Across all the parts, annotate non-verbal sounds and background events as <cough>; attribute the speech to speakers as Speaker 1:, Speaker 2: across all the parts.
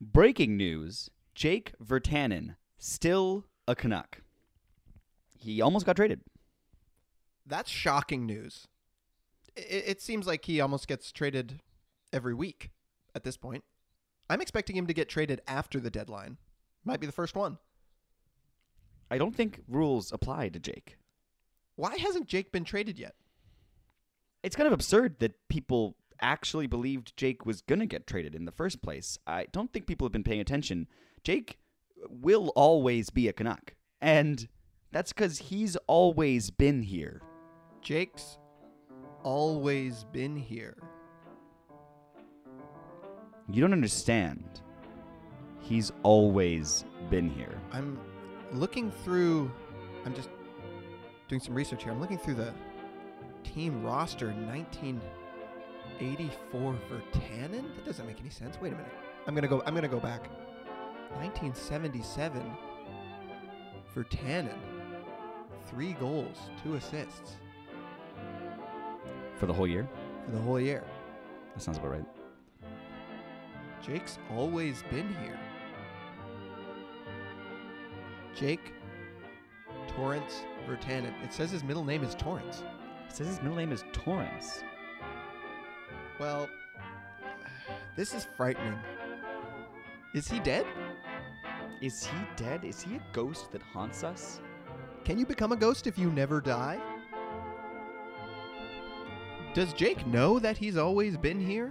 Speaker 1: Breaking news Jake Vertanen, still a Canuck. He almost got traded.
Speaker 2: That's shocking news. It, it seems like he almost gets traded every week at this point. I'm expecting him to get traded after the deadline. Might be the first one.
Speaker 1: I don't think rules apply to Jake.
Speaker 2: Why hasn't Jake been traded yet?
Speaker 1: It's kind of absurd that people actually believed Jake was going to get traded in the first place. I don't think people have been paying attention. Jake will always be a Canuck. And that's because he's always been here.
Speaker 2: Jake's always been here.
Speaker 1: You don't understand. He's always been here.
Speaker 2: I'm looking through. I'm just doing some research here. I'm looking through the team roster in 1984 Vertanen. That doesn't make any sense. Wait a minute. I'm gonna go. I'm gonna go back. 1977 Vertanen. Three goals, two assists
Speaker 1: For the whole year?
Speaker 2: for the whole year.
Speaker 1: That sounds about right.
Speaker 2: Jake's always been here. Jake Torrance Vertanen. It says his middle name is Torrance.
Speaker 1: It says his middle name is Torrance.
Speaker 2: Well, this is frightening. Is he dead?
Speaker 1: Is he dead? Is he a ghost that haunts us?
Speaker 2: Can you become a ghost if you never die? Does Jake know that he's always been here?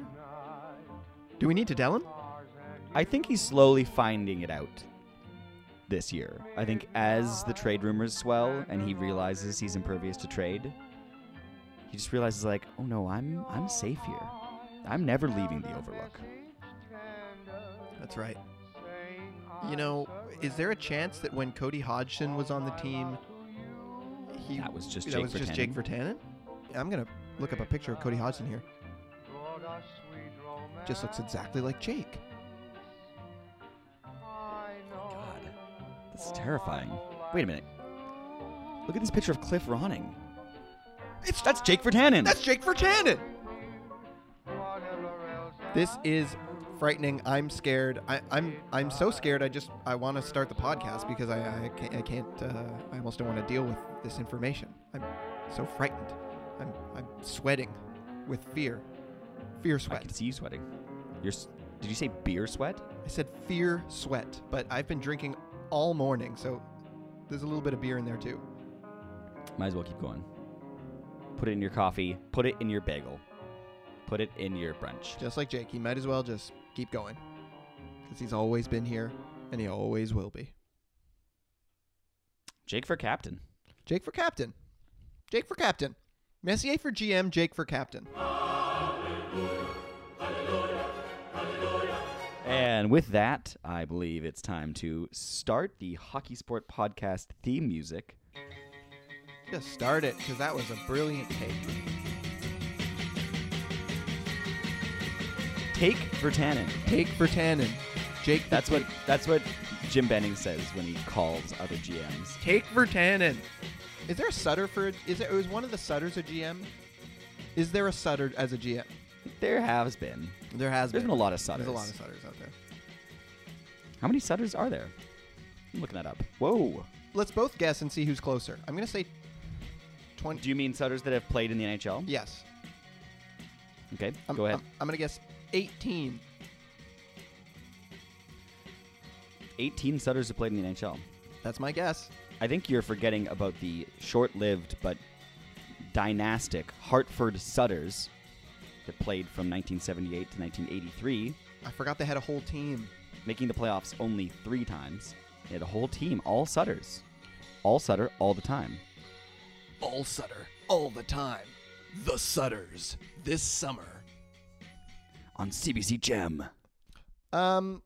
Speaker 2: Do we need to tell him?
Speaker 1: I think he's slowly finding it out this year. I think as the trade rumors swell and he realizes he's impervious to trade, he just realizes like, "Oh no, I'm I'm safe here. I'm never leaving the Overlook."
Speaker 2: That's right. You know, is there a chance that when Cody Hodgson was on the team, he
Speaker 1: That was just
Speaker 2: that
Speaker 1: Jake
Speaker 2: was just
Speaker 1: Virtanen?
Speaker 2: Jake Vertanen? I'm gonna look up a picture of Cody Hodgson here. Just looks exactly like Jake.
Speaker 1: God. That's terrifying. Wait a minute. Look at this picture of Cliff Ronning.
Speaker 2: It's
Speaker 1: That's Jake Vertanen.
Speaker 2: That's Jake Vertanen. This is frightening. I'm scared. I, I'm I'm so scared. I just I want to start the podcast because I I can't I, can't, uh, I almost don't want to deal with this information. I'm so frightened. I'm I'm sweating with fear. Fear
Speaker 1: I
Speaker 2: sweat.
Speaker 1: can see you sweating. You're s- Did you say beer sweat?
Speaker 2: I said fear sweat, but I've been drinking all morning, so there's a little bit of beer in there too.
Speaker 1: Might as well keep going. Put it in your coffee, put it in your bagel. Put it in your brunch.
Speaker 2: Just like Jake, he might as well just keep going because he's always been here and he always will be.
Speaker 1: Jake for captain.
Speaker 2: Jake for captain. Jake for captain. Messier for GM, Jake for captain.
Speaker 1: And with that, I believe it's time to start the Hockey Sport Podcast theme music.
Speaker 2: Just start it because that was a brilliant take.
Speaker 1: Take Vertanen.
Speaker 2: Take for Tannen. Jake, the-
Speaker 1: That's what that's what Jim Benning says when he calls other GMs.
Speaker 2: Take for Tannen. Is there a Sutter for? Is there? Is one of the Sutters a GM? Is there a Sutter as a GM?
Speaker 1: There has been.
Speaker 2: There has
Speaker 1: There's been a lot of Sutters.
Speaker 2: There's a lot of Sutters out there.
Speaker 1: How many Sutters are there? I'm looking that up. Whoa.
Speaker 2: Let's both guess and see who's closer. I'm gonna say twenty.
Speaker 1: Do you mean Sutters that have played in the NHL?
Speaker 2: Yes.
Speaker 1: Okay,
Speaker 2: I'm,
Speaker 1: go ahead.
Speaker 2: I'm, I'm gonna guess eighteen.
Speaker 1: 18 Sutters have played in the NHL.
Speaker 2: That's my guess.
Speaker 1: I think you're forgetting about the short-lived but dynastic Hartford Sutters that played from 1978 to 1983.
Speaker 2: I forgot they had a whole team.
Speaker 1: making the playoffs only three times. They had a whole team, all Sutters. All Sutter, all the time.
Speaker 2: All Sutter, all the time. The Sutters, this summer.
Speaker 1: On CBC Gem.
Speaker 2: Um,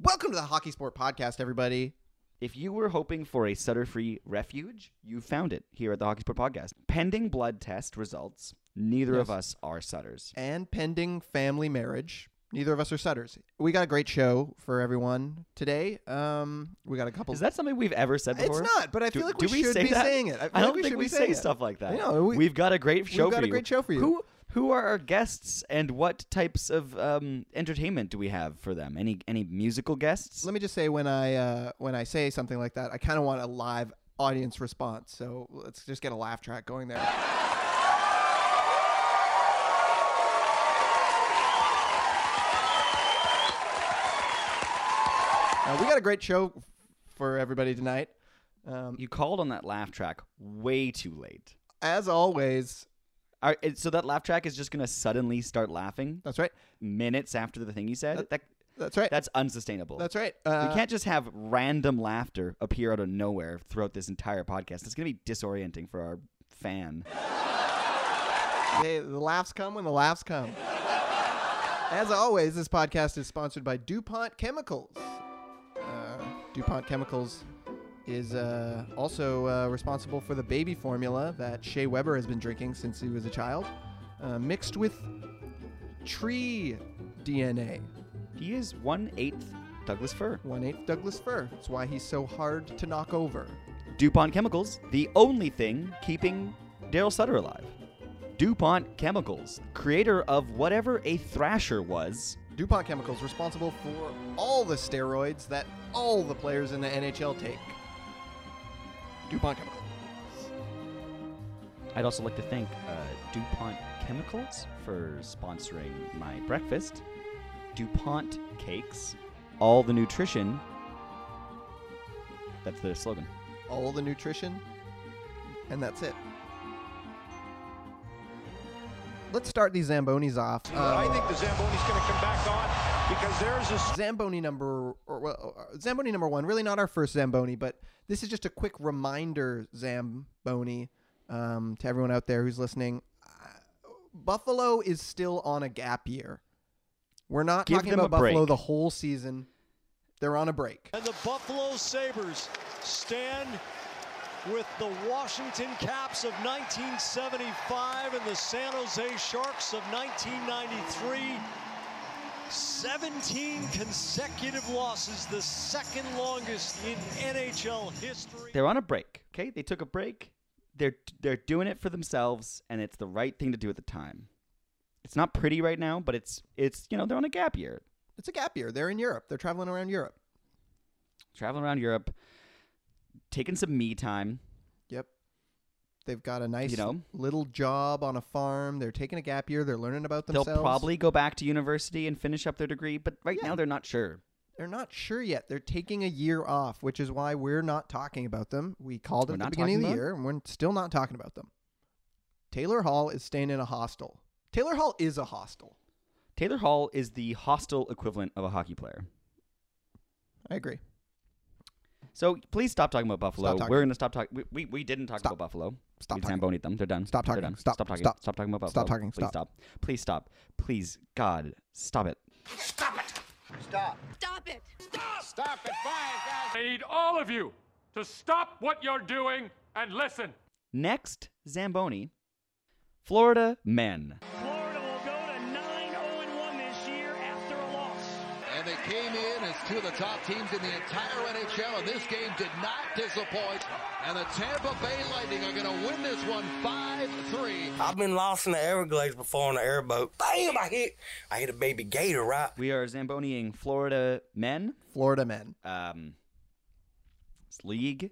Speaker 2: welcome to the Hockey Sport Podcast, everybody.
Speaker 1: If you were hoping for a Sutter free refuge, you found it here at the Hockey Sport Podcast. Pending blood test results, neither of
Speaker 2: Yes.
Speaker 1: us are Sutters.
Speaker 2: And pending family marriage. Neither of us are Sutters. We got a great show for everyone today. Um, we got a couple.
Speaker 1: Is that something we've ever said
Speaker 2: It's
Speaker 1: before?
Speaker 2: not, but I feel like we should
Speaker 1: say
Speaker 2: be
Speaker 1: that?
Speaker 2: saying it. I feel like
Speaker 1: don't
Speaker 2: we
Speaker 1: think
Speaker 2: should
Speaker 1: we
Speaker 2: be
Speaker 1: say
Speaker 2: saying it.
Speaker 1: stuff like that.
Speaker 2: I know, we-
Speaker 1: have got a great show
Speaker 2: got
Speaker 1: for
Speaker 2: a
Speaker 1: you.
Speaker 2: great show for you.
Speaker 1: Who Who are our guests, and what types of um, entertainment do we have for them? Any any musical guests?
Speaker 2: Let me just say when I uh, when I say something like that, I kind of want a live audience response. So let's just get a laugh track going there. Uh, we got a great show for everybody tonight. Um,
Speaker 1: you called on that laugh track way too late.
Speaker 2: as always,
Speaker 1: Are, it- so that laugh track is just gonna suddenly start laughing
Speaker 2: that's right.
Speaker 1: minutes after the thing you said. That,
Speaker 2: That's right.
Speaker 1: that's unsustainable.
Speaker 2: That's right. Uh,
Speaker 1: we can't just have random laughter appear out of nowhere throughout this entire podcast. It's gonna be disorienting for our fan.
Speaker 2: They, the laughs come when the laughs come. As always, this podcast is sponsored by DuPont Chemicals. Uh, DuPont Chemicals is uh, also uh, responsible for the baby formula that Shea Weber has been drinking since he was a child, uh, mixed with tree DNA.
Speaker 1: He is one eighth Douglas Fir.
Speaker 2: One eighth Douglas fir. That's why he's so hard to knock over.
Speaker 1: DuPont Chemicals, the only thing keeping Daryl Sutter alive. DuPont Chemicals, creator of whatever a thrasher was.
Speaker 2: DuPont Chemicals responsible for all the steroids that all the players in the NHL take. DuPont Chemical.
Speaker 1: I'd also like to thank uh, DuPont Chemicals for sponsoring my breakfast. DuPont Cakes, all the nutrition. That's their slogan.
Speaker 2: all the nutrition, and that's it. Let's start these Zambonis off.
Speaker 3: I
Speaker 2: Um,
Speaker 3: think the Zamboni's going to come back on because theirs is
Speaker 2: Zamboni number, or, well, uh, Zamboni number one, really not our first Zamboni, but this is just a quick reminder, Zamboni, um, to everyone out there who's listening. Uh, Buffalo is still on a gap year. We're not
Speaker 1: Give
Speaker 2: talking
Speaker 1: them
Speaker 2: about
Speaker 1: a
Speaker 2: Buffalo
Speaker 1: break.
Speaker 2: the whole season. They're on a break.
Speaker 3: and the Buffalo Sabres stand with the Washington Caps of 1975 and the San Jose Sharks of 1993. 17 consecutive losses, the second longest in NHL history.
Speaker 1: They're on a break, okay? They took a break. They're they're doing it for themselves and it's the right thing to do at the time. It's not pretty right now, but it's it's, you know, they're on a gap year.
Speaker 2: It's a gap year. They're in Europe. They're traveling around Europe.
Speaker 1: traveling around Europe, taking some me time.
Speaker 2: Yep. They've got a nice
Speaker 1: You know?
Speaker 2: little job on a farm. They're taking a gap year. They're learning about themselves.
Speaker 1: They'll probably go back to university and finish up their degree, but right
Speaker 2: Yeah.
Speaker 1: now they're not sure.
Speaker 2: They're not sure yet. They're taking a year off, which is why we're not talking about them. We called
Speaker 1: We're
Speaker 2: it at the
Speaker 1: not
Speaker 2: beginning of the
Speaker 1: talking about
Speaker 2: year, and we're still not talking about them. Taylor Hall is staying in a hostel. Taylor Hall is a hostel.
Speaker 1: Taylor Hall is the hostile equivalent of a hockey player.
Speaker 2: I agree.
Speaker 1: So please stop talking about Buffalo.
Speaker 2: Stop talking.
Speaker 1: We're going to stop talking. We, we, we didn't talk
Speaker 2: Stop.
Speaker 1: about Buffalo.
Speaker 2: Stop
Speaker 1: we
Speaker 2: talking.
Speaker 1: zambonied them. They're done.
Speaker 2: Stop
Speaker 1: They're
Speaker 2: talking.
Speaker 1: done.
Speaker 2: Stop.
Speaker 1: Stop talking.
Speaker 2: Stop.
Speaker 1: Stop talking about Buffalo.
Speaker 2: Stop talking.
Speaker 1: Please
Speaker 2: Stop.
Speaker 1: stop. Please stop. Please, God, stop it.
Speaker 4: Stop it!
Speaker 5: I need all of you to stop what you're doing and listen.
Speaker 1: Next, Zamboni, Florida men.
Speaker 6: Florida will go to 9-0-1 this year after a loss.
Speaker 7: And they came in as two of the top teams in the entire NHL, and this game did not disappoint. And the Tampa Bay Lightning are going to win this one 5-3.
Speaker 8: I've been lost in the Everglades before on the airboat. Bam! I hit, I hit a baby gator right
Speaker 1: We are Zamboniing Florida men.
Speaker 2: Florida men.
Speaker 1: um, this league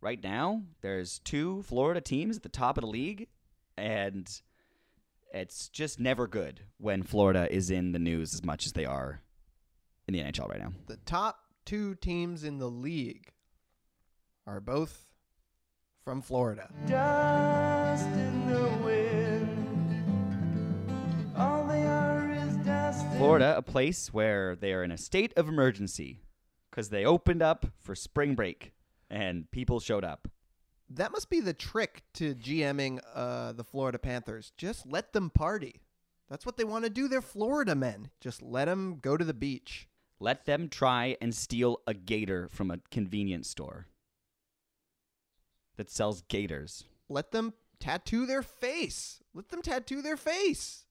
Speaker 1: right now. There's two Florida teams at the top of the league, and it's just never good when Florida is in the news as much as they are in the NHL right now.
Speaker 2: The top two teams in the league are both from Florida.
Speaker 1: Florida, a place where they are in a state of emergency because they opened up for spring break and people showed up.
Speaker 2: That must be the trick to GMing uh, the Florida Panthers. Just let them party. That's what they want to do. They're Florida men. Just let them go to the beach.
Speaker 1: Let them try and steal a gator from a convenience store that sells gators.
Speaker 2: Let them tattoo their face. Let them tattoo their face.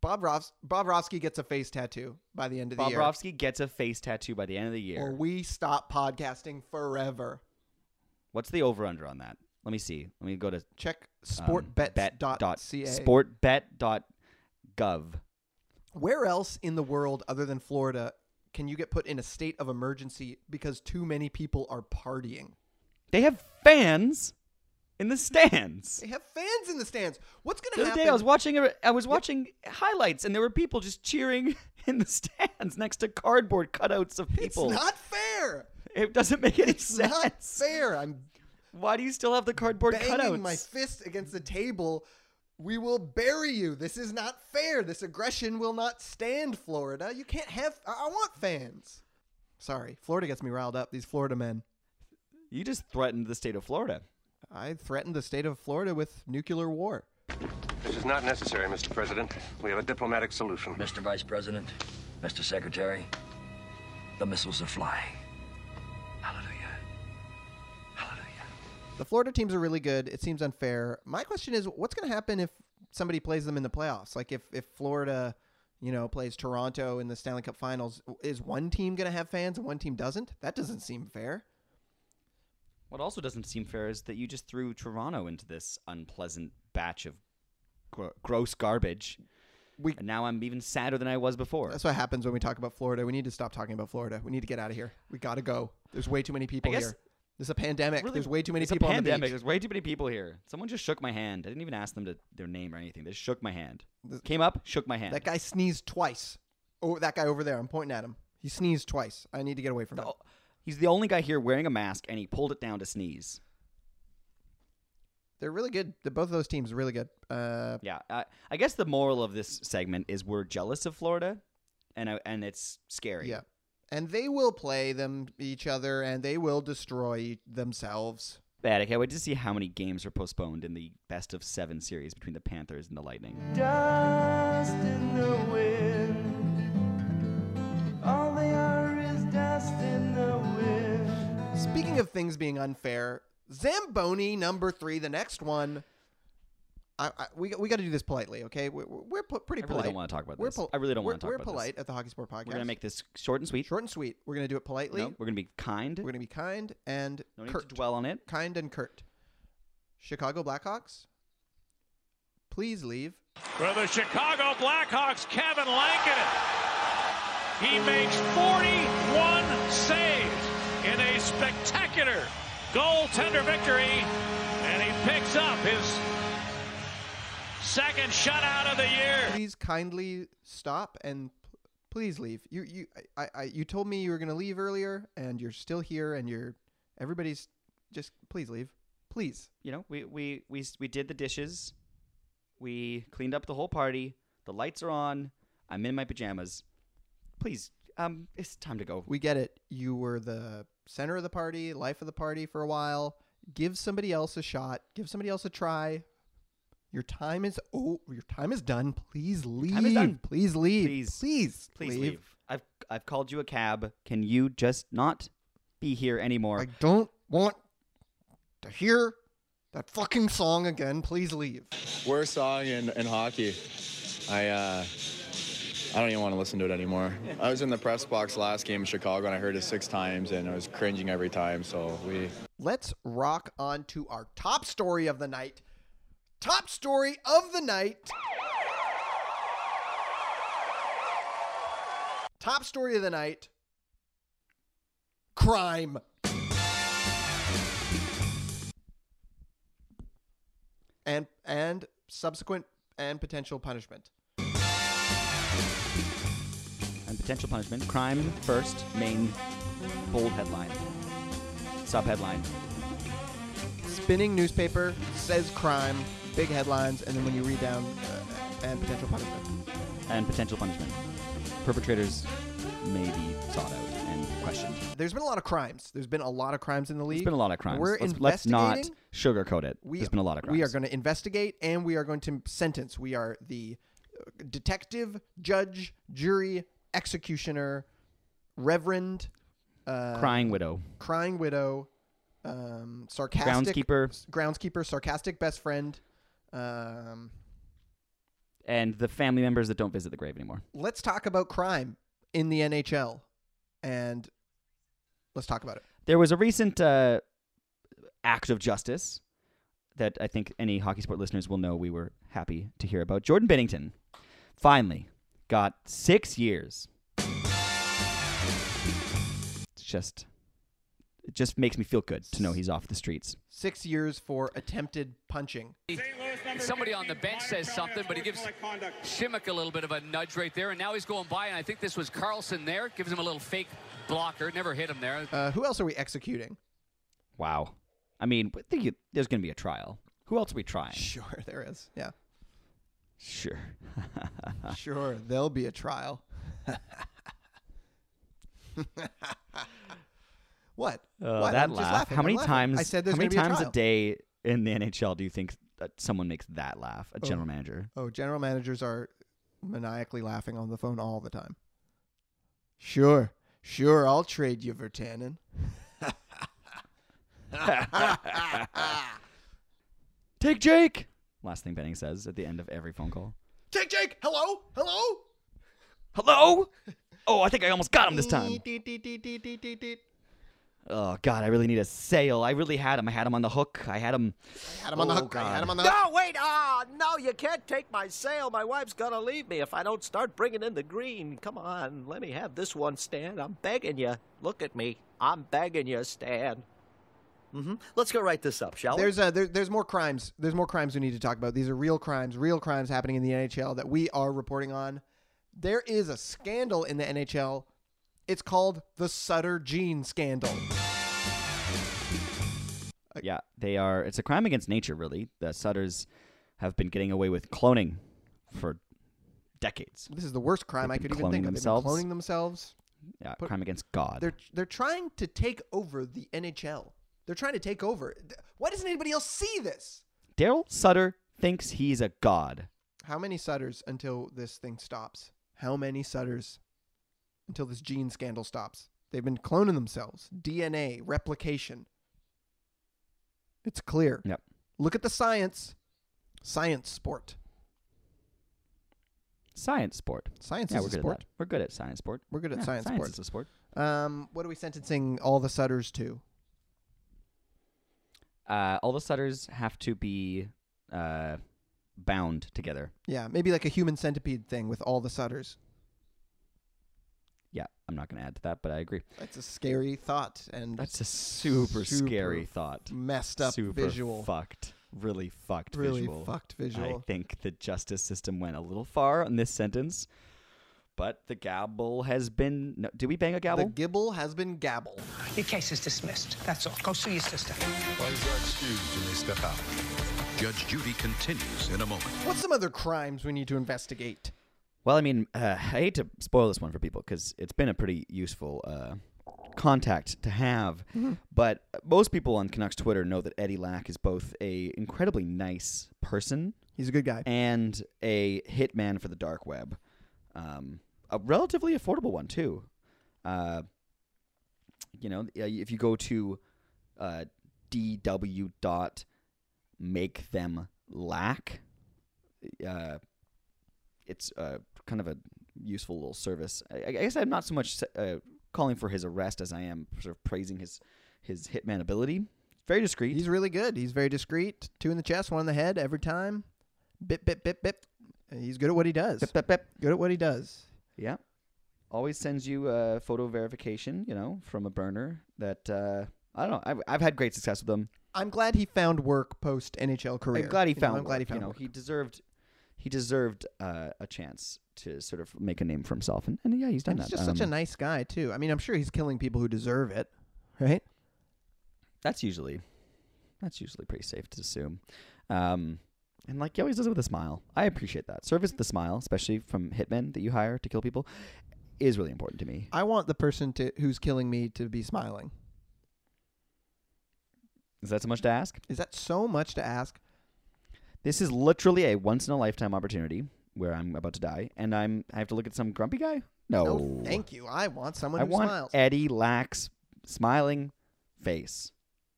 Speaker 2: Bob Rofs- Bobrovsky gets a face tattoo by the end of the year.
Speaker 1: Bobrovsky gets a face tattoo by the end of the year.
Speaker 2: Or we stop podcasting forever.
Speaker 1: What's the over under on that? Let me see. Let me go to
Speaker 2: Check
Speaker 1: um, bet
Speaker 2: sportbets.ca.
Speaker 1: sportbet.gov.
Speaker 2: Where else in the world, other than Florida, can you get put in a state of emergency because too many people are partying?
Speaker 1: They have fans in the stands.
Speaker 2: They have fans in the stands. What's going
Speaker 1: The
Speaker 2: to
Speaker 1: other
Speaker 2: happen?
Speaker 1: day I was watching a, I was watching highlights and there were people just cheering <laughs> in the stands next to cardboard cutouts of
Speaker 2: it's
Speaker 1: people.
Speaker 2: not
Speaker 1: <laughs>
Speaker 2: fair.
Speaker 1: it doesn't make any
Speaker 2: It's
Speaker 1: sense.
Speaker 2: not fair. I'm
Speaker 1: Why do you still have the cardboard
Speaker 2: banging
Speaker 1: cutouts?
Speaker 2: my fist against the table. We will bury you. This is not fair. This aggression will not stand, Florida. You can't have. I, I want fans. Sorry, Florida gets me riled up. These Florida men.
Speaker 1: you just threatened the state of Florida.
Speaker 2: I threatened the state of Florida with nuclear war.
Speaker 4: This is not necessary, Mr. President. We have a diplomatic solution.
Speaker 8: Mr. Vice President, Mr. Secretary, the missiles are flying. Hallelujah. Hallelujah.
Speaker 2: The Florida teams are really good. It seems unfair. My question is, what's going to happen if somebody plays them in the playoffs? Like if if Florida, you know, plays Toronto in the Stanley Cup Finals, is one team going to have fans and one team doesn't? That doesn't seem fair.
Speaker 1: What also doesn't seem fair is that you just threw Toronto into this unpleasant batch of gro- gross garbage.
Speaker 2: We-
Speaker 1: and now I'm even sadder than I was before.
Speaker 2: That's what happens when we talk about Florida. We need to stop talking about Florida. We need to get out of here. We got to go. There's way too many people
Speaker 1: guess-
Speaker 2: here. There's a pandemic.
Speaker 1: Really,
Speaker 2: There's way too many
Speaker 1: it's a
Speaker 2: people on the
Speaker 1: pandemic.
Speaker 2: beach.
Speaker 1: There's way too many people here. Someone just shook my hand. I didn't even ask them to their name or anything. They just shook my hand. Came up, shook my hand.
Speaker 2: That guy sneezed twice. Oh, that guy over there. I'm pointing at him. He sneezed twice. I need to get away from him.
Speaker 1: Oh, He's the only guy here wearing a mask, and he pulled it down to sneeze.
Speaker 2: They're really good. They're, both of those teams are really good. Uh,
Speaker 1: Yeah, I, I guess the moral of this segment is we're jealous of Florida, and I, and it's scary.
Speaker 2: Yeah. And they will play them each other and they will destroy themselves.
Speaker 1: bad. I can't wait to see how many games are postponed in the best of seven series between the Panthers and the Lightning.
Speaker 2: Speaking of things being unfair, Zamboni number three, the next one. I, I, we we got to do this politely, okay? We're, we're po- pretty
Speaker 1: I really
Speaker 2: polite.
Speaker 1: don't wanna talk about
Speaker 2: we're
Speaker 1: this. I really don't wanna
Speaker 2: we're-
Speaker 1: talk
Speaker 2: We're
Speaker 1: about this.
Speaker 2: polite at the Hockey Sport Podcast.
Speaker 1: We're gonna make this short and sweet.
Speaker 2: short and sweet. We're gonna do it politely.
Speaker 1: No, we're gonna be kind.
Speaker 2: We're gonna be kind and
Speaker 1: no need
Speaker 2: curt.
Speaker 1: to dwell on it.
Speaker 2: Kind and curt. Chicago Blackhawks, please leave.
Speaker 5: For the Chicago Blackhawks, Kevin Lankinen. He makes 41 saves in a spectacular goaltender victory, and he picks up his second shutout of the year.
Speaker 2: please kindly stop and p- please leave. You you I, I you told me you were gonna leave earlier, and you're still here, and you're everybody's just please leave, please.
Speaker 1: You know, we we we s- we did the dishes. We cleaned up the whole party. The lights are on. I'm in my pajamas. Please, um, it's time to go.
Speaker 2: We get it. You were the center of the party, life of the party for a while. Give somebody else a shot. Give somebody else a try. Your time is oh, your time is done. Please leave.
Speaker 1: time is done.
Speaker 2: Please leave.
Speaker 1: Please.
Speaker 2: please,
Speaker 1: Please leave. I've I've called you a cab. Can you just not be here anymore?
Speaker 2: I don't want to hear that fucking song again. Please leave.
Speaker 9: worst song in, in hockey. I uh, I don't even want to listen to it anymore. I was in the press box last game in Chicago and I heard it six times and I was cringing every time. So we
Speaker 2: let's rock on to our top story of the night. Top story of the night. Top story of the night. Crime. And and subsequent and potential punishment.
Speaker 1: and potential punishment. Crime first, main, bold headline, sub headline.
Speaker 2: Spinning newspaper says crime, big headlines, and then when you read down uh, and potential punishment.
Speaker 1: and potential punishment. Perpetrators may be sought out and questioned.
Speaker 2: There's been a lot of crimes. There's been a lot of crimes in the league.
Speaker 1: There's been a lot of crimes.
Speaker 2: We're
Speaker 1: let's, let's
Speaker 2: investigating.
Speaker 1: not sugarcoat it.
Speaker 2: We-
Speaker 1: There's been a lot of crimes.
Speaker 2: We are going to investigate and we are going to sentence. We are the uh, detective, judge, jury, executioner, reverend, uh,
Speaker 1: crying widow,
Speaker 2: crying widow, um, sarcastic
Speaker 1: groundskeeper,
Speaker 2: groundskeeper, sarcastic best friend. Um,
Speaker 1: and the family members that don't visit the grave anymore.
Speaker 2: let's talk about crime in the NHL, and let's talk about it.
Speaker 1: There was a recent uh, act of justice that I think any hockey sport listeners will know we were happy to hear about. Jordan Bennington finally got six years. It's just, it just makes me feel good to know he's off the streets.
Speaker 2: Six years for attempted punching.
Speaker 10: Somebody on the bench says something, but he gives Shimmick a little bit of a nudge right there, and now he's going by, and I think this was Carlson there. Gives him a little fake blocker. Never hit him there.
Speaker 2: Uh, who else are we
Speaker 1: <laughs>
Speaker 2: executing?
Speaker 1: Wow. I mean, but think you, there's going to be a trial. Who else are we trying?
Speaker 2: Sure, there is. Yeah.
Speaker 1: Sure.
Speaker 2: Sure, there'll be
Speaker 1: <laughs>
Speaker 2: a trial. what?
Speaker 1: Uh,
Speaker 2: what?
Speaker 1: that
Speaker 2: I'm just
Speaker 1: laugh.
Speaker 2: laughing.
Speaker 1: How
Speaker 2: I'm
Speaker 1: many
Speaker 2: laughing.
Speaker 1: times?
Speaker 2: I said there's
Speaker 1: how many
Speaker 2: gonna be
Speaker 1: times
Speaker 2: a, trial.
Speaker 1: day in the NHL do you think that someone makes that laugh? A general manager.
Speaker 2: Oh, general managers are maniacally laughing on the phone all the time. Sure, sure, I'll trade you Vertanen.
Speaker 1: Take Jake. Last thing Benning says at the end of every phone call.
Speaker 2: Jake, Jake, hello, hello.
Speaker 1: Hello. <laughs> Oh, I think I almost got him this time.
Speaker 2: Deet, deet, deet, deet, deet, deet, deet.
Speaker 1: Oh God, I really need a sale. I really had him. I had him on the hook. I had him.
Speaker 2: Had him on the
Speaker 1: Oh,
Speaker 2: hook. I
Speaker 1: God.
Speaker 2: had him on the hook.
Speaker 11: No, wait. Ah, no, you can't take my sale. My wife's going to leave me if I don't start bringing in the green. Come on, let me have this one, Stan. I'm begging you. Look at me. I'm begging you, Stan. hmm Let's go write this up, shall
Speaker 2: There's uh, there, there's more crimes. There's more crimes we need to talk about. These are real crimes, real crimes happening in the NHL that we are reporting on. There is a scandal in the NHL. It's called the Sutter Jean scandal.
Speaker 1: Yeah, they are. It's a crime against nature, really. The Sutters have been getting away with cloning for decades.
Speaker 2: This is the worst crime I
Speaker 1: They've been
Speaker 2: could even think
Speaker 1: cloning
Speaker 2: of.
Speaker 1: themselves.
Speaker 2: They've been cloning themselves.
Speaker 1: Yeah,
Speaker 2: Put-
Speaker 1: crime against God.
Speaker 2: They're they're trying to take over the NHL. They're trying to take over. Why doesn't anybody else see this?
Speaker 1: Daryl Sutter thinks he's a god.
Speaker 2: How many Sutters until this thing stops? How many Sutters until this gene scandal stops? They've been cloning themselves. DNA replication. It's clear.
Speaker 1: Yep.
Speaker 2: Look at the science. Science sport.
Speaker 1: Science sport.
Speaker 2: Science
Speaker 1: yeah,
Speaker 2: is
Speaker 1: we're
Speaker 2: a
Speaker 1: good
Speaker 2: sport.
Speaker 1: At that. We're good at science sport.
Speaker 2: We're good at
Speaker 1: Yeah,
Speaker 2: science sport.
Speaker 1: is a sport.
Speaker 2: Um, what are we sentencing all the Sutters to?
Speaker 1: Uh, all the Sutters have to be uh, bound together.
Speaker 2: Yeah, maybe like a human centipede thing with all the Sutters.
Speaker 1: Yeah, I'm not going to add to that, but I agree.
Speaker 2: That's a scary thought, and
Speaker 1: That's a super,
Speaker 2: Super
Speaker 1: scary thought.
Speaker 2: messed up
Speaker 1: super
Speaker 2: visual.
Speaker 1: fucked. Really fucked
Speaker 2: really
Speaker 1: visual.
Speaker 2: fucked visual.
Speaker 1: I think the justice system went a little far on this sentence, but the gavel has been. No, did we bang a gavel?
Speaker 2: The gibble has been gabble.
Speaker 11: Your case is dismissed. That's all. Go see your sister.
Speaker 12: Players are excused and they step out. Judge Judy continues in a moment.
Speaker 2: What's some other crimes we need to investigate?
Speaker 1: Well, I mean, uh, I hate to spoil this one for people because it's been a pretty useful uh, contact to have.
Speaker 2: Mm-hmm.
Speaker 1: But most people on Canucks Twitter know that Eddie Lack is both a incredibly nice person
Speaker 2: He's a good guy.
Speaker 1: and a hitman for the dark web. Um, a relatively affordable one too. Uh, you know, uh, if you go to uh, dw dot make them lack, uh, it's uh, kind of a useful little service. I, I guess I'm not so much uh, calling for his arrest as I am sort of praising his his hitman ability. Very discreet.
Speaker 2: He's really good. He's very discreet. Two in the chest, one in the head every time. Bip, bip, bip, bip. He's good at what he does.
Speaker 1: Bip, bip, bip.
Speaker 2: Good at what he does.
Speaker 1: Yeah. Always sends you uh, photo verification, you know, from a burner that, uh, I don't know. I've, I've had great success with them.
Speaker 2: I'm glad he found work post NHL career.
Speaker 1: I'm glad he
Speaker 2: You know,
Speaker 1: found
Speaker 2: I'm glad he
Speaker 1: work,
Speaker 2: found
Speaker 1: you know,
Speaker 2: work.
Speaker 1: He deserved, he deserved uh, a chance to sort of make a name for himself. And, and yeah, he's done
Speaker 2: And he's
Speaker 1: that.
Speaker 2: just such a
Speaker 1: Um,
Speaker 2: nice guy too. I mean, I'm sure he's killing people who deserve it, right?
Speaker 1: That's usually, that's usually pretty safe to assume. Um, and like he always does it with a smile. I appreciate that. Service with a smile, especially from hitmen that you hire to kill people, is really important to me.
Speaker 2: I want the person to who's killing me to be smiling.
Speaker 1: Is that so much to ask?
Speaker 2: Is that so much to ask?
Speaker 1: this is literally a once in a lifetime opportunity where I'm about to die, and I'm I have to look at some grumpy guy. No,
Speaker 2: No, thank you. I want someone
Speaker 1: Oh. I
Speaker 2: who
Speaker 1: want
Speaker 2: smiles.
Speaker 1: Eddie Lack's smiling face.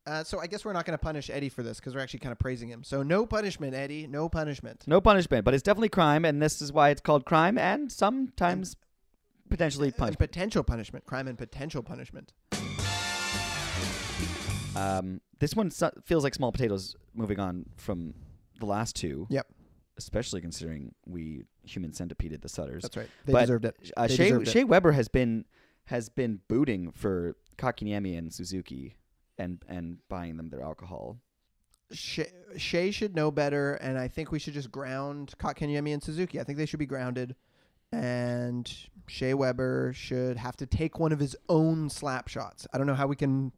Speaker 2: Uh, so I guess we're not going to punish Eddie for this because we're actually kind of praising him. So no punishment, Eddie. No punishment.
Speaker 1: No punishment, but it's definitely crime, and this is why it's called crime, and sometimes potentially
Speaker 2: And
Speaker 1: punishment.
Speaker 2: potential punishment, crime and potential punishment.
Speaker 1: Um, this one so- feels like small potatoes moving on from the last two.
Speaker 2: Yep.
Speaker 1: Especially considering we human centipeded the Sutters.
Speaker 2: That's right. They
Speaker 1: but,
Speaker 2: deserved it.
Speaker 1: Uh,
Speaker 2: They
Speaker 1: Shea,
Speaker 2: deserved it.
Speaker 1: Shea Weber has been has been booting for Kakiniemi and Suzuki and and buying them their alcohol.
Speaker 2: Shay, Shay should know better, and I think we should just ground Kotkaniemi and Suzuki. I think they should be grounded, and Shea Weber should have to take one of his own slap shots. I don't know how we can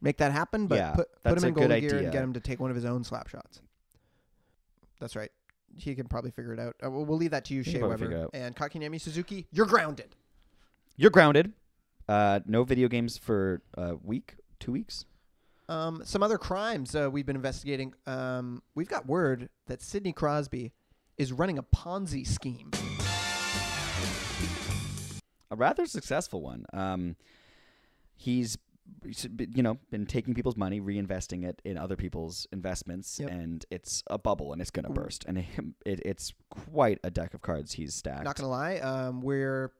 Speaker 2: make that happen, but
Speaker 1: Yeah,
Speaker 2: put, put
Speaker 1: that's
Speaker 2: him in
Speaker 1: a good
Speaker 2: goalie gear
Speaker 1: idea.
Speaker 2: and get him to take one of his own slap shots. That's right. He can probably figure it out. Uh, we'll, we'll leave that to you,
Speaker 1: He can
Speaker 2: Shea
Speaker 1: probably
Speaker 2: Weber
Speaker 1: figure it out.
Speaker 2: and Kotkaniemi Suzuki. You're grounded.
Speaker 1: You're grounded. Uh, no video games for a week, two weeks.
Speaker 2: Um, some other crimes uh, we've been investigating. Um, we've got word that Sidney Crosby is running a Ponzi scheme.
Speaker 1: a rather successful one. Um, he's he's been- you know been taking people's money, reinvesting it in other people's investments,
Speaker 2: Yep.
Speaker 1: and it's a bubble and it's going to
Speaker 2: Mhm.
Speaker 1: burst. And <laughs> it, it's quite a deck of cards he's stacked.
Speaker 2: Not gonna lie, um, we're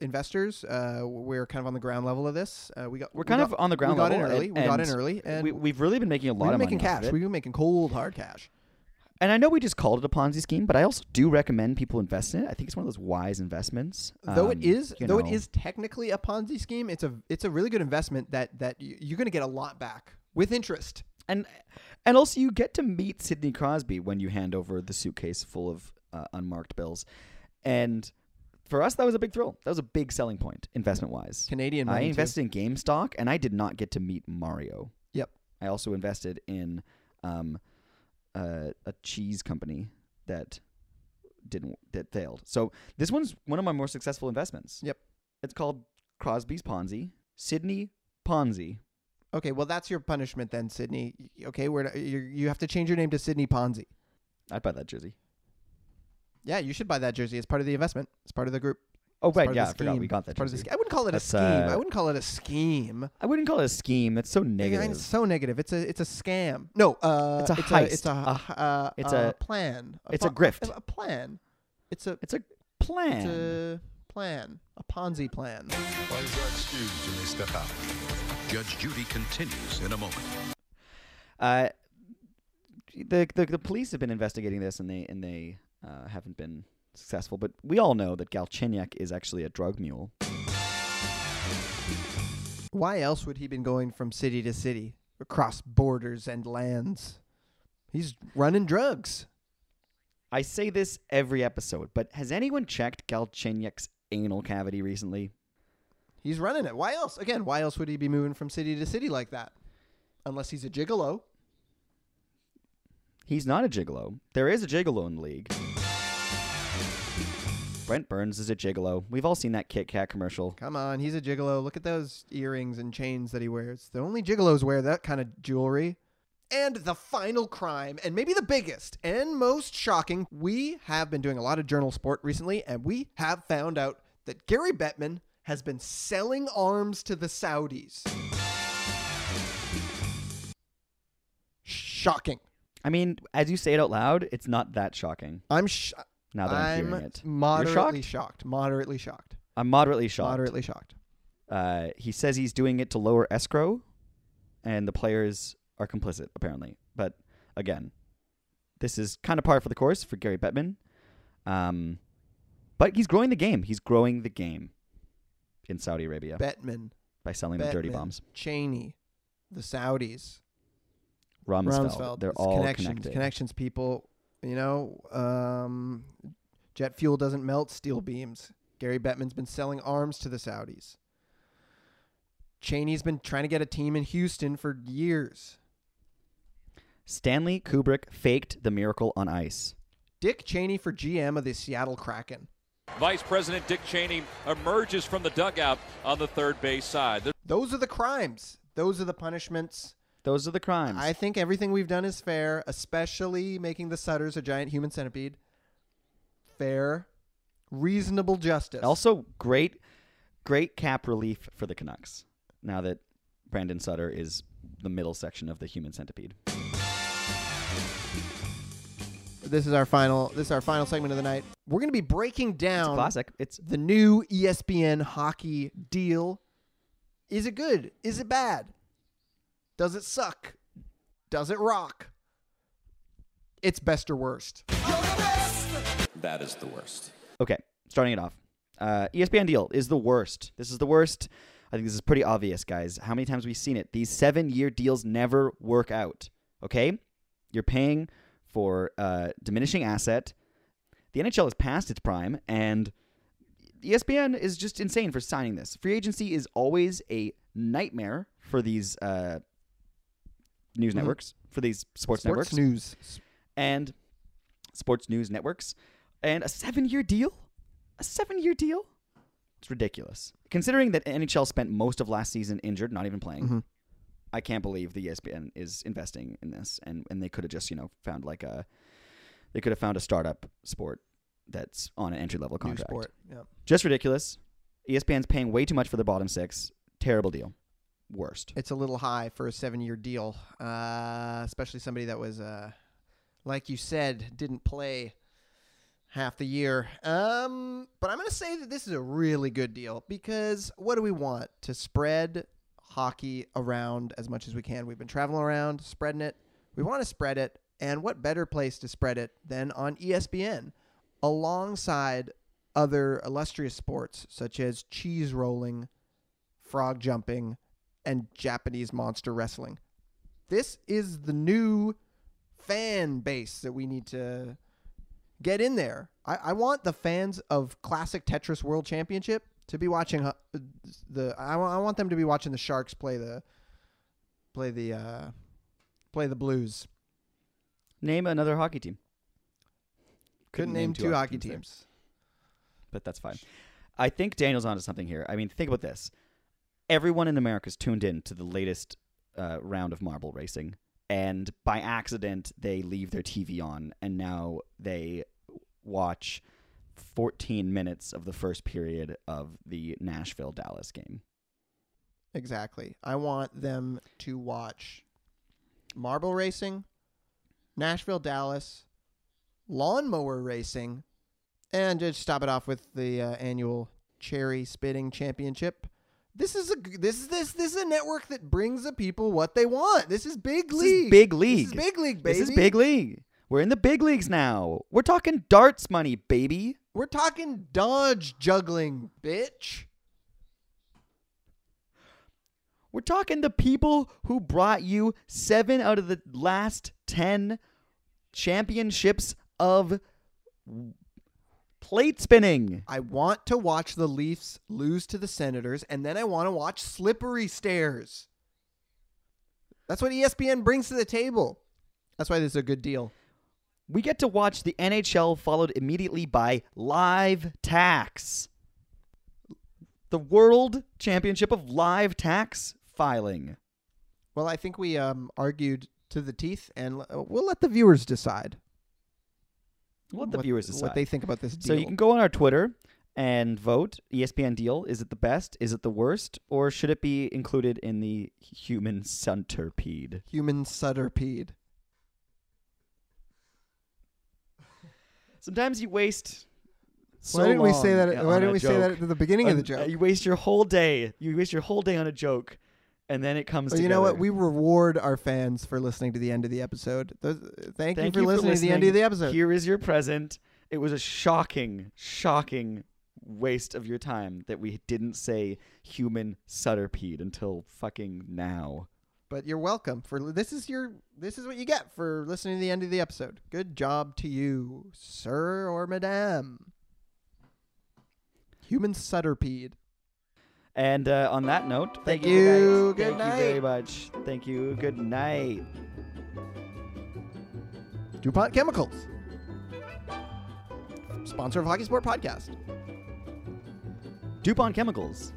Speaker 2: investors. Uh, we're kind of on the ground level of this. Uh, we got
Speaker 1: We're
Speaker 2: we
Speaker 1: kind
Speaker 2: got-
Speaker 1: of on the ground
Speaker 2: We got
Speaker 1: level
Speaker 2: in early.
Speaker 1: and-
Speaker 2: we got
Speaker 1: and
Speaker 2: in early, and
Speaker 1: we, we've really been making a lot
Speaker 2: we were
Speaker 1: of
Speaker 2: making
Speaker 1: money off of
Speaker 2: cash.
Speaker 1: it.
Speaker 2: We were making cold hard cash.
Speaker 1: And I know we just called it a Ponzi scheme, but I also do recommend people invest in it. I think it's one of those wise investments.
Speaker 2: though it
Speaker 1: Um,
Speaker 2: is,
Speaker 1: you
Speaker 2: though
Speaker 1: know,
Speaker 2: it is technically a Ponzi scheme. It's a it's a really good investment that that y- you're gonna get a lot back with interest.
Speaker 1: and and also you get to meet Sidney Crosby when you hand over the suitcase full of uh, unmarked bills, and for us that was a big thrill. That was a big selling point investment wise.
Speaker 2: Canadian
Speaker 1: I
Speaker 2: money, too.
Speaker 1: invested in GameStop and I did not get to meet Mario.
Speaker 2: Yep.
Speaker 1: I also invested in um, uh, a cheese company that didn't that failed. So this one's one of my more successful investments.
Speaker 2: Yep.
Speaker 1: It's called Crosby's Ponzi. Sidney Ponzi.
Speaker 2: Okay, well that's your punishment then, Sydney. Y- Okay, we're you you have to change your name to Sydney Ponzi.
Speaker 1: I'd buy that jersey.
Speaker 2: Yeah, you should buy that jersey. It's part of the investment. It's part of the group.
Speaker 1: Oh
Speaker 2: It's
Speaker 1: right,
Speaker 2: part of the
Speaker 1: yeah, I forgot
Speaker 2: scheme.
Speaker 1: we got
Speaker 2: It's
Speaker 1: that.
Speaker 2: Part of the
Speaker 1: jersey.
Speaker 2: scheme. I wouldn't call it a
Speaker 1: That's,
Speaker 2: scheme.
Speaker 1: uh,
Speaker 2: I wouldn't call it a scheme.
Speaker 1: I wouldn't call it a scheme. That's so
Speaker 2: Yeah,
Speaker 1: negative.
Speaker 2: It's so negative. It's a it's a scam. No, uh,
Speaker 1: It's a
Speaker 2: it's
Speaker 1: heist.
Speaker 2: A, it's a,
Speaker 1: A
Speaker 2: h- uh,
Speaker 1: it's
Speaker 2: a,
Speaker 1: a-
Speaker 2: plan.
Speaker 1: it's a
Speaker 2: pon-
Speaker 1: grift.
Speaker 2: A plan. It's a
Speaker 1: it's a plan.
Speaker 2: It's a plan. A Ponzi plan.
Speaker 12: Blinds are excused and they step out. Judge Judy continues in a moment.
Speaker 1: Uh, the, the the police have been investigating this, and they and they uh, haven't been successful. But we all know that Galchenyuk is actually a drug mule.
Speaker 2: Why else would he been going from city to city across borders and lands? He's running drugs.
Speaker 1: I say this every episode, but has anyone checked Galchenyuk's anal cavity recently?
Speaker 2: He's running it. Why else? Again, why else would he be moving from city to city like that? Unless he's a gigolo.
Speaker 1: He's not a gigolo. There is a gigolo in the league. Brent Burns is a gigolo. We've all seen that Kit Kat commercial.
Speaker 2: Come on, he's a gigolo. Look at those earrings and chains that he wears. The only gigolos wear that kind of jewelry. And the final crime, and maybe the biggest and most shocking, we have been doing a lot of journal sport recently, and we have found out that Gary Bettman has been selling arms to the Saudis. Shocking.
Speaker 1: I mean, as you say it out loud, it's not that shocking.
Speaker 2: I'm sh-
Speaker 1: Now that I'm, hearing it, You're
Speaker 2: moderately
Speaker 1: shocked?
Speaker 2: shocked. Moderately shocked.
Speaker 1: I'm moderately shocked.
Speaker 2: Moderately shocked.
Speaker 1: Uh, he says he's doing it to lower escrow, and the players are complicit, apparently. But again, this is kind of par for the course for Gary Bettman. Um, but he's growing the game. He's growing the game in Saudi Arabia
Speaker 2: Bettman.
Speaker 1: by selling them dirty
Speaker 2: Bettman,
Speaker 1: bombs.
Speaker 2: Cheney, the Saudis,
Speaker 1: Rumsfeld.
Speaker 2: Rumsfeld.
Speaker 1: They're
Speaker 2: It's
Speaker 1: all
Speaker 2: connections,
Speaker 1: connected.
Speaker 2: Connections, people. You know, um, jet fuel doesn't melt steel beams. Gary Bettman's been selling arms to the Saudis. Cheney's been trying to get a team in Houston for years.
Speaker 1: Stanley Kubrick faked the miracle on ice.
Speaker 2: Dick Cheney for GM of the Seattle Kraken.
Speaker 13: Vice President Dick Cheney emerges from the dugout on the third base side. The
Speaker 2: Those are the crimes. Those are the punishments.
Speaker 1: Those are the crimes.
Speaker 2: I think everything we've done is fair, especially making the Sutters a giant human centipede. Fair, reasonable justice.
Speaker 1: Also, great, great cap relief for the Canucks. Now that Brandon Sutter is the middle section of the human centipede.
Speaker 2: This is our final. This is our final segment of the night. We're going to be breaking down
Speaker 1: classic. It's
Speaker 2: the new E ESPN hockey deal. Is it good? Is it bad? Does it suck? Does it rock? It's best or worst.
Speaker 14: That is the worst.
Speaker 1: Okay, starting it off. Uh, ESPN deal is the worst. This is the worst. I think this is pretty obvious, guys. How many times we've seen it? These seven-year deals never work out. Okay, you're paying for uh, diminishing asset. The NHL is past its prime, and E ESPN is just insane for signing this. Free agency is always a nightmare for these uh, news
Speaker 2: Mhm.
Speaker 1: networks, for these sports,
Speaker 2: Sports
Speaker 1: networks,
Speaker 2: news.
Speaker 1: and sports news networks, and a seven-year deal. A seven-year deal. It's ridiculous. Considering that NHL spent most of last season injured, not even playing.
Speaker 2: Mhm.
Speaker 1: I can't believe the E ESPN is investing in this, and and they could have just you know found like a, they could have found a startup sport that's on an entry level contract.
Speaker 2: sport, yep.
Speaker 1: Just ridiculous. E ESPN's paying way too much for their bottom six. Terrible deal. Worst.
Speaker 2: It's a little high for a seven-year deal, uh, especially somebody that was, uh, like you said, didn't play half the year. Um, but I'm going to say that this is a really good deal because what do we want to spread hockey around as much as we can? We've been traveling around, spreading it. We want to spread it, and what better place to spread it than on E ESPN, alongside other illustrious sports such as cheese rolling, frog jumping, and Japanese monster wrestling. This is the new fan base that we need to get in there. I, I want the fans of classic Tetris World Championship to be watching uh, the. I, wa- I want them to be watching the Sharks play the play the uh, play the Blues.
Speaker 1: Name another hockey team.
Speaker 2: Couldn't name two hockey teams.
Speaker 1: but that's fine. I think Daniel's onto something here. I mean, think about this. Everyone in America's tuned in to the latest uh, round of marble racing, and by accident, they leave their TV on, and now they watch 14 minutes of the first period of the Nashville Dallas game.
Speaker 2: Exactly. I want them to watch marble racing, Nashville, Dallas, lawnmower racing, and just stop it off with the uh, annual cherry spitting championship. This is a g- this is this this is a network that brings the people what they want. This is big
Speaker 1: This
Speaker 2: league.
Speaker 1: is big league.
Speaker 2: This is big league,
Speaker 1: This is
Speaker 2: baby.
Speaker 1: big league. We're in the big leagues now. We're talking darts money, baby.
Speaker 2: We're talking dodge juggling, bitch.
Speaker 1: We're talking the people who brought you seven out of the last 10 championships of plate spinning.
Speaker 2: I want to watch the Leafs lose to the Senators, and then I want to watch slippery stairs. That's what E ESPN brings to the table. That's why this is a good deal.
Speaker 1: We get to watch the NHL followed immediately by live tax. The World Championship of Live Tax Filing.
Speaker 2: Well, I think we um, argued to the teeth, and l- uh, we'll let the viewers decide.
Speaker 1: Let the
Speaker 2: What-
Speaker 1: viewers
Speaker 2: what
Speaker 1: decide
Speaker 2: they think about this
Speaker 1: So you
Speaker 2: deal.
Speaker 1: can go on our Twitter and vote. E ESPN deal is it the best? Is it the worst? Or should it be included in the human centipede?
Speaker 2: Human centipede.
Speaker 1: Sometimes you waste. So
Speaker 2: Why didn't we say
Speaker 1: long
Speaker 2: that? at-
Speaker 1: on
Speaker 2: Why
Speaker 1: a
Speaker 2: didn't we say that
Speaker 1: joke.
Speaker 2: at the beginning of the
Speaker 1: Um,
Speaker 2: joke?
Speaker 1: You waste your whole day. You waste your whole day on a joke, and then it comes.
Speaker 2: Or you know what?
Speaker 1: together.
Speaker 2: We reward our fans for listening to the end of the episode. Those, thank,
Speaker 1: Thank
Speaker 2: you for listening to the end of the episode.
Speaker 1: Here is your present. It was a shocking, shocking waste of your time that we didn't say human centipede until fucking now.
Speaker 2: but you're welcome for this is your this is what you get for listening to the end of the episode good job to you sir or madame human centipede
Speaker 1: And uh, on that note, thank,
Speaker 2: Thank
Speaker 1: you, guys.
Speaker 2: you. Good
Speaker 1: thank you very much. Thank you. Good night.
Speaker 2: dupont chemicals sponsor of hockey sport podcast
Speaker 1: DuPont Chemicals.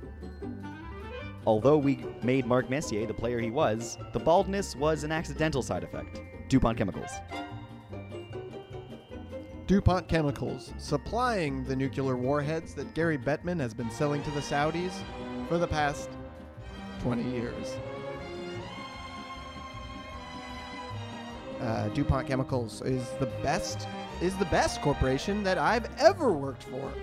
Speaker 1: Although we made Mark Messier the player he was, the baldness was an accidental side effect. DuPont Chemicals.
Speaker 2: dupont chemicals supplying the nuclear warheads that gary bettman has been selling to the saudis for the past 20 years uh, DuPont Chemicals is the best is the best corporation that I've ever worked for.